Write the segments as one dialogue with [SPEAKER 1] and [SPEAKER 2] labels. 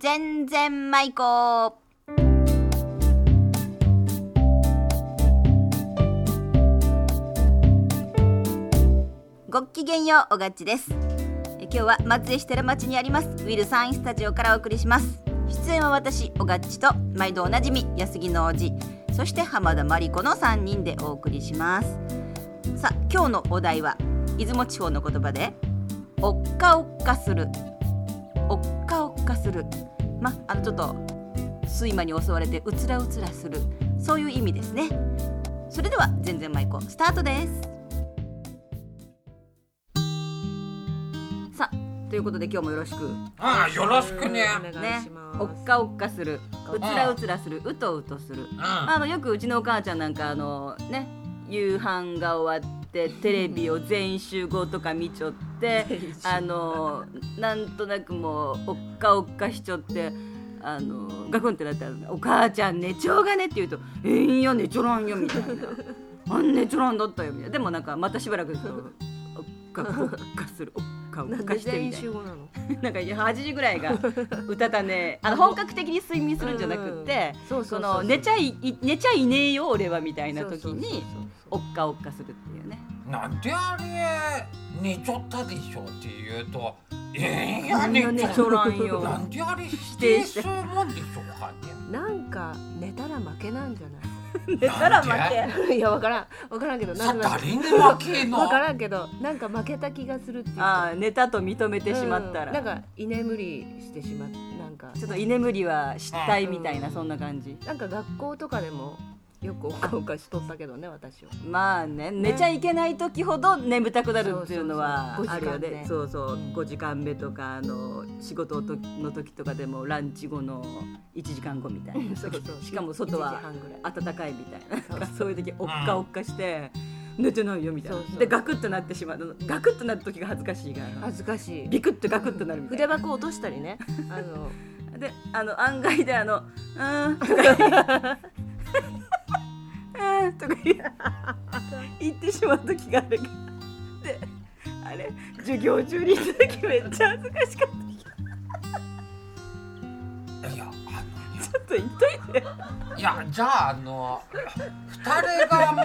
[SPEAKER 1] 全然舞子ごきげんようおがっちですえ今日は松江市寺町にありますウィルサインスタジオからお送りします出演は私おがっちと毎度おなじみ安木のおじそして浜田真理子の三人でお送りしますさあ今日のお題は出雲地方の言葉でおっかおっかするおっかおっかするまあのちょっと睡魔に襲われてうつらうつらするそういう意味ですねそれでは全然舞子スタートですさあということで今日もよろしく
[SPEAKER 2] ああよろしくね。
[SPEAKER 3] お願い
[SPEAKER 1] ね
[SPEAKER 3] します。、
[SPEAKER 1] おっかおっかするうつらうつらするうとうとする
[SPEAKER 2] うん。
[SPEAKER 1] あのよくうちのお母ちゃんなんかあのね夕飯が終わってテレビを全員集合とか見ちょ って
[SPEAKER 3] 全員集合
[SPEAKER 1] あのなんとなくもうおっかおっかしちょってあのガクンってなったら「お母ちゃん寝ちょうがね」って言うと「えーいや寝ちょらんよ」みたいな「あん寝ちょらんだったよ」みたいなでもなんかまたしばらくそのおっかおっかするおっかおっ
[SPEAKER 3] なん
[SPEAKER 1] か
[SPEAKER 3] で
[SPEAKER 1] して
[SPEAKER 3] 全
[SPEAKER 1] み
[SPEAKER 3] 員
[SPEAKER 1] たいな
[SPEAKER 3] 集。合なの？
[SPEAKER 1] なんか8時ぐらいがうたたねあの本格的に睡眠するんじゃなくって、
[SPEAKER 3] うんそうそうそう
[SPEAKER 1] その寝ちゃいい寝ちゃいねえよ俺はみたいな時
[SPEAKER 3] そうそう
[SPEAKER 1] に
[SPEAKER 3] そう
[SPEAKER 1] おっかおっかするっていうね
[SPEAKER 2] なんであれ寝ちゃったでしょって言うと、ええや
[SPEAKER 1] 何を
[SPEAKER 2] 寝
[SPEAKER 1] 寝
[SPEAKER 2] ち
[SPEAKER 1] ちょ
[SPEAKER 2] ゃ
[SPEAKER 1] らんよ
[SPEAKER 2] う。なんであれ否定するもんでしょうかね。
[SPEAKER 3] なんか寝たら負けなんじゃ
[SPEAKER 1] 寝たら負
[SPEAKER 2] なんで
[SPEAKER 3] ない？いやわからんわからんけど
[SPEAKER 2] さ
[SPEAKER 3] なんか
[SPEAKER 2] 誰に負けの。
[SPEAKER 3] わからんけどなんか負けた気がするっていう
[SPEAKER 1] け
[SPEAKER 3] か。
[SPEAKER 1] ああ寝たと認めてしまったら、
[SPEAKER 3] うんなんか居眠りしてしまっなんか
[SPEAKER 1] ちょっと居眠りは失態みたいな、
[SPEAKER 3] うん
[SPEAKER 1] そんな感じ
[SPEAKER 3] なんか学校とかでもよくおかおかしとったけどね私は。
[SPEAKER 1] まあね寝ちゃいけない時ほど眠たくなるっていうのは
[SPEAKER 3] そうそうそう
[SPEAKER 1] あるよね
[SPEAKER 3] 5時間目
[SPEAKER 1] そうそう
[SPEAKER 3] うん
[SPEAKER 1] 5時間目とかあの仕事の時の時とかでもランチ後の1時間後みたいな
[SPEAKER 3] そうそ う
[SPEAKER 1] しかも外は
[SPEAKER 3] 1時半ぐらい
[SPEAKER 1] 暖かいみたいな
[SPEAKER 3] そう
[SPEAKER 1] なんかそういう時おっかおっかして寝てないよみたいな
[SPEAKER 3] そうそう
[SPEAKER 1] でガクッとなってしまうガクッとなる時が恥ずかしいから
[SPEAKER 3] 恥ずかしい。
[SPEAKER 1] ビクッとガクッとなるみた
[SPEAKER 3] 筆
[SPEAKER 1] いな
[SPEAKER 3] 箱落としたりね。あの
[SPEAKER 1] であの案外であの「うーん」とか 言ううーんとか言う言ってしまう時があるからであれ授業中にいた時めっちゃ恥ずかしかった
[SPEAKER 2] いや
[SPEAKER 1] ちょっと言っといて
[SPEAKER 2] あのいやじゃああの二人がも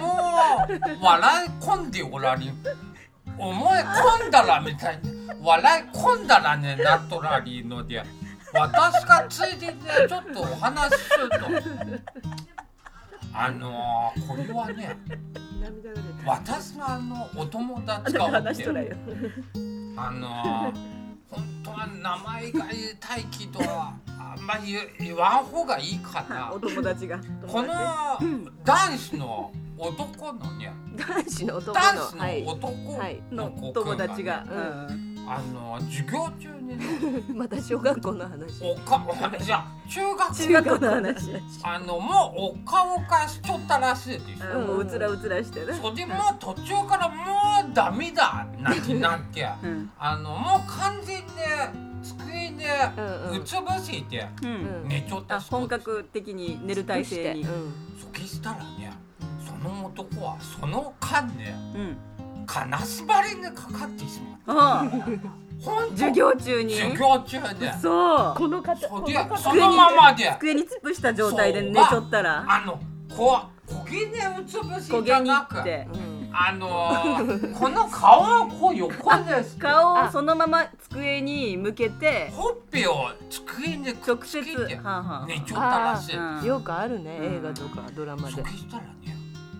[SPEAKER 2] う笑い込んでおらり。思い込んだらみたいに笑い込んだらねなっとらりので私がついでにちょっとお話しするとあのー、これはね
[SPEAKER 3] 涙が出た。
[SPEAKER 2] 私のあのお友達
[SPEAKER 1] だか
[SPEAKER 2] が
[SPEAKER 1] ら
[SPEAKER 2] おっ
[SPEAKER 1] 話してとないよ
[SPEAKER 2] あのー、本当は名前が言いたいけどあんまり言わん方がいいかな
[SPEAKER 1] お友達が
[SPEAKER 2] この男子の男のね
[SPEAKER 3] 男子の男の。
[SPEAKER 2] 男子
[SPEAKER 3] はい
[SPEAKER 2] の男
[SPEAKER 3] はい
[SPEAKER 2] の
[SPEAKER 1] の
[SPEAKER 2] 子くん
[SPEAKER 1] 友
[SPEAKER 2] がね
[SPEAKER 1] 達が、
[SPEAKER 3] う
[SPEAKER 2] あの授業中にね
[SPEAKER 3] また小学校の話。
[SPEAKER 2] お かじゃあ中学
[SPEAKER 1] 中学校の話
[SPEAKER 2] あのもうおかおかしちょったらしいでし
[SPEAKER 1] うんもううつらうつらしてね
[SPEAKER 2] ょそれでもう途中からもうダメだなってなって
[SPEAKER 1] うん
[SPEAKER 2] あのもう完全に机に
[SPEAKER 3] うんうん
[SPEAKER 2] うつぶせて
[SPEAKER 1] うん
[SPEAKER 2] 寝ちょった
[SPEAKER 1] あ
[SPEAKER 2] 人
[SPEAKER 1] 本格的に寝る体勢に
[SPEAKER 3] う。
[SPEAKER 1] うん
[SPEAKER 2] そけしたらねその男はその間ね
[SPEAKER 1] ん
[SPEAKER 2] 金縛りにかかってしまう
[SPEAKER 1] あ
[SPEAKER 2] 本当
[SPEAKER 1] 授業中に
[SPEAKER 2] 授業中で
[SPEAKER 1] そう
[SPEAKER 3] この方。
[SPEAKER 2] そりゃそのままで
[SPEAKER 1] 机に突っ伏した状態で寝ちょったら
[SPEAKER 2] あのこ焦げでうつぶ
[SPEAKER 1] 焦
[SPEAKER 2] せじ
[SPEAKER 1] げ
[SPEAKER 2] ゃ
[SPEAKER 1] に
[SPEAKER 2] な
[SPEAKER 1] 行
[SPEAKER 2] く
[SPEAKER 1] って
[SPEAKER 3] うん。
[SPEAKER 2] あのー、この顔をこう横 でして
[SPEAKER 1] 顔をそのまま机に向けて
[SPEAKER 2] ほっぺを机にく
[SPEAKER 1] 直
[SPEAKER 2] っつ
[SPEAKER 1] 接
[SPEAKER 2] けて
[SPEAKER 1] はあはあ
[SPEAKER 2] 寝ちょったらしい。
[SPEAKER 1] あ
[SPEAKER 3] よくあるね、
[SPEAKER 1] うん
[SPEAKER 3] 映画とかドラマ
[SPEAKER 2] そ
[SPEAKER 3] で。
[SPEAKER 2] したらね、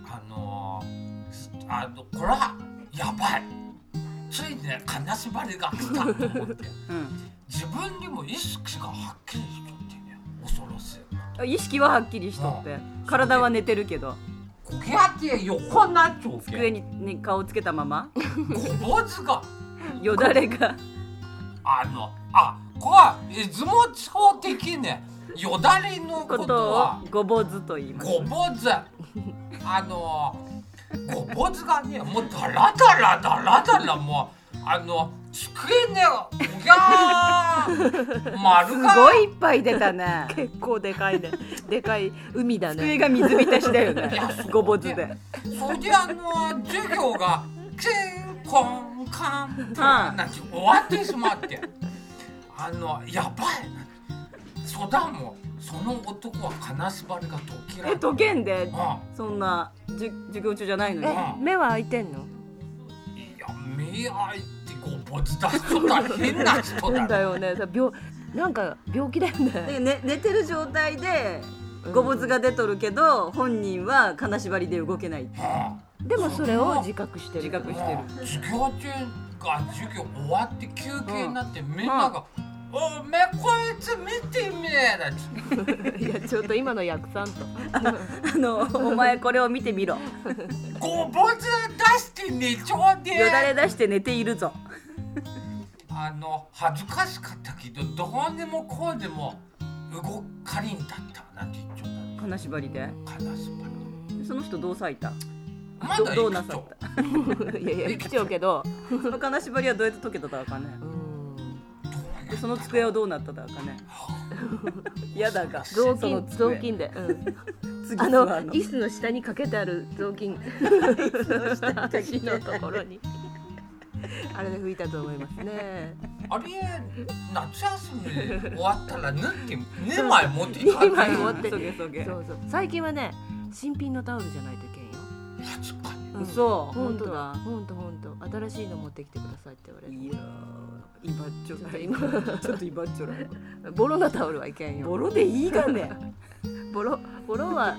[SPEAKER 2] あのー、すあのこれはやばい。ついにね金縛りが来たと思って、
[SPEAKER 1] うん
[SPEAKER 2] 自分にも意識がはっきりしとってね、恐ろしい。
[SPEAKER 1] あ意識ははっきりしとって体は寝てるけど
[SPEAKER 2] こけあって横になっちゃう
[SPEAKER 1] 机
[SPEAKER 2] け。
[SPEAKER 1] にね顔つけたまま
[SPEAKER 2] ごぼずが
[SPEAKER 1] よだれが
[SPEAKER 2] あのあこれは出雲地方的ねよだれの
[SPEAKER 1] こ
[SPEAKER 2] こと
[SPEAKER 1] と
[SPEAKER 2] は
[SPEAKER 1] を。ごぼずと言います
[SPEAKER 2] ごぼずあのごぼずがねもうダラダラダラダラもうあの机ねお ぎゃー丸
[SPEAKER 1] す
[SPEAKER 2] が
[SPEAKER 1] ごいいっぱい出たね
[SPEAKER 3] 結構でかいね。 でかい海だ
[SPEAKER 1] 机
[SPEAKER 3] ね。
[SPEAKER 1] が水浸しだよね
[SPEAKER 2] いやそう
[SPEAKER 1] ごぼずで
[SPEAKER 2] そりゃあの授業が チンコンカン
[SPEAKER 1] は
[SPEAKER 2] なんて終わってしまってあのやばいなそだもんその男は金縛りが解きら
[SPEAKER 3] え
[SPEAKER 2] れた
[SPEAKER 3] とけんで
[SPEAKER 2] あ
[SPEAKER 1] そんなじゅ授業中じゃないのに
[SPEAKER 2] え
[SPEAKER 3] 目は開いてんの
[SPEAKER 2] あいや目合いってごぼつだ人だ変な人
[SPEAKER 3] 変だ
[SPEAKER 2] だ
[SPEAKER 3] よねさ病なんか病気だよ
[SPEAKER 1] で
[SPEAKER 3] ね
[SPEAKER 1] ね、寝てる状態でごぼつが出とるけど本人は金縛りで動けない って
[SPEAKER 2] あ
[SPEAKER 3] でもそれを自覚してる
[SPEAKER 1] 自覚
[SPEAKER 2] あ
[SPEAKER 1] してる
[SPEAKER 2] 授業中が授業終わって休憩になってみんなが「おめこいつ見てみえ」だっつって
[SPEAKER 3] いやちょっと今の訳さん と
[SPEAKER 1] あのお前これを見てみろ
[SPEAKER 2] 「ごぼつ出して寝ちょうで」
[SPEAKER 1] よだれ出して寝ているぞ
[SPEAKER 2] あの恥ずかしかったけどどうにもこうでも動かりんだったなんて言っちゃっ
[SPEAKER 1] 金縛りで
[SPEAKER 2] た悲しばり
[SPEAKER 1] その人どう咲いた
[SPEAKER 2] まだ
[SPEAKER 1] どどうな
[SPEAKER 2] 生き
[SPEAKER 1] さ
[SPEAKER 2] と
[SPEAKER 1] っ
[SPEAKER 2] る
[SPEAKER 1] た
[SPEAKER 3] いやいや生きちゃうけど
[SPEAKER 1] その金縛りはどうやって解けただかね
[SPEAKER 3] うん
[SPEAKER 2] どうなった
[SPEAKER 1] でその机はどうなっただかね嫌だが
[SPEAKER 3] 雑
[SPEAKER 1] その
[SPEAKER 3] 巾
[SPEAKER 1] 机
[SPEAKER 3] 雑巾で、うん、
[SPEAKER 1] 次
[SPEAKER 3] あ
[SPEAKER 1] あ
[SPEAKER 3] の
[SPEAKER 1] のの
[SPEAKER 3] 椅子の下にかけてある雑巾足のところにあれで拭いたと思いますね
[SPEAKER 2] あれ夏休み終わったら縫って2枚持っていか
[SPEAKER 3] 二枚持
[SPEAKER 2] な
[SPEAKER 3] っ
[SPEAKER 2] い
[SPEAKER 3] て
[SPEAKER 1] そげそげ
[SPEAKER 3] そうそう最近はね新品のタオルじゃないといけんよ、
[SPEAKER 2] 確かに
[SPEAKER 3] うん
[SPEAKER 1] 嘘
[SPEAKER 3] 本
[SPEAKER 1] 本
[SPEAKER 3] 当
[SPEAKER 1] 当
[SPEAKER 3] だ
[SPEAKER 1] だ
[SPEAKER 3] 本当本当新しいの持ってきてくださいって言われ
[SPEAKER 1] い
[SPEAKER 3] て
[SPEAKER 1] やーイバッチョライ
[SPEAKER 3] ちょっと
[SPEAKER 1] ちょっとイバッチョライ
[SPEAKER 3] ボロのタオルはいけんよ
[SPEAKER 1] ボロでいいがね
[SPEAKER 3] ボロボロは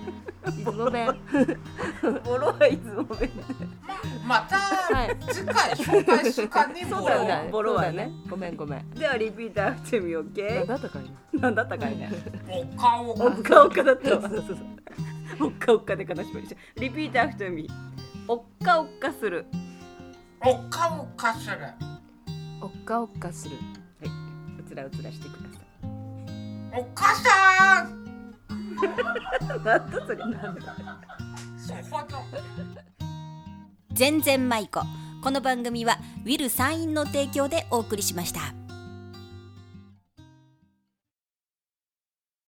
[SPEAKER 3] いつも弁
[SPEAKER 1] ボロはいつも弁
[SPEAKER 2] また
[SPEAKER 3] はい
[SPEAKER 2] 次回紹介するかね
[SPEAKER 1] そう
[SPEAKER 2] も
[SPEAKER 1] だよね
[SPEAKER 3] ボロはねごめんごめん
[SPEAKER 1] ではリピーターアフテミオッ
[SPEAKER 3] 何
[SPEAKER 1] ケ
[SPEAKER 3] だったか今
[SPEAKER 1] ーなんだったかいね
[SPEAKER 2] お顔
[SPEAKER 1] お
[SPEAKER 2] が
[SPEAKER 1] っかおっかだったわおっかおっかで悲しみでしょリピーターアフテミおっかおっかする
[SPEAKER 2] お顔かする
[SPEAKER 3] おっかおっかする
[SPEAKER 1] はい、うつらうつらしてください。
[SPEAKER 2] お母さん
[SPEAKER 1] なんだそれなんだ。
[SPEAKER 2] そこの
[SPEAKER 4] 全然舞子この番組はウィル・サインの提供でお送りしました。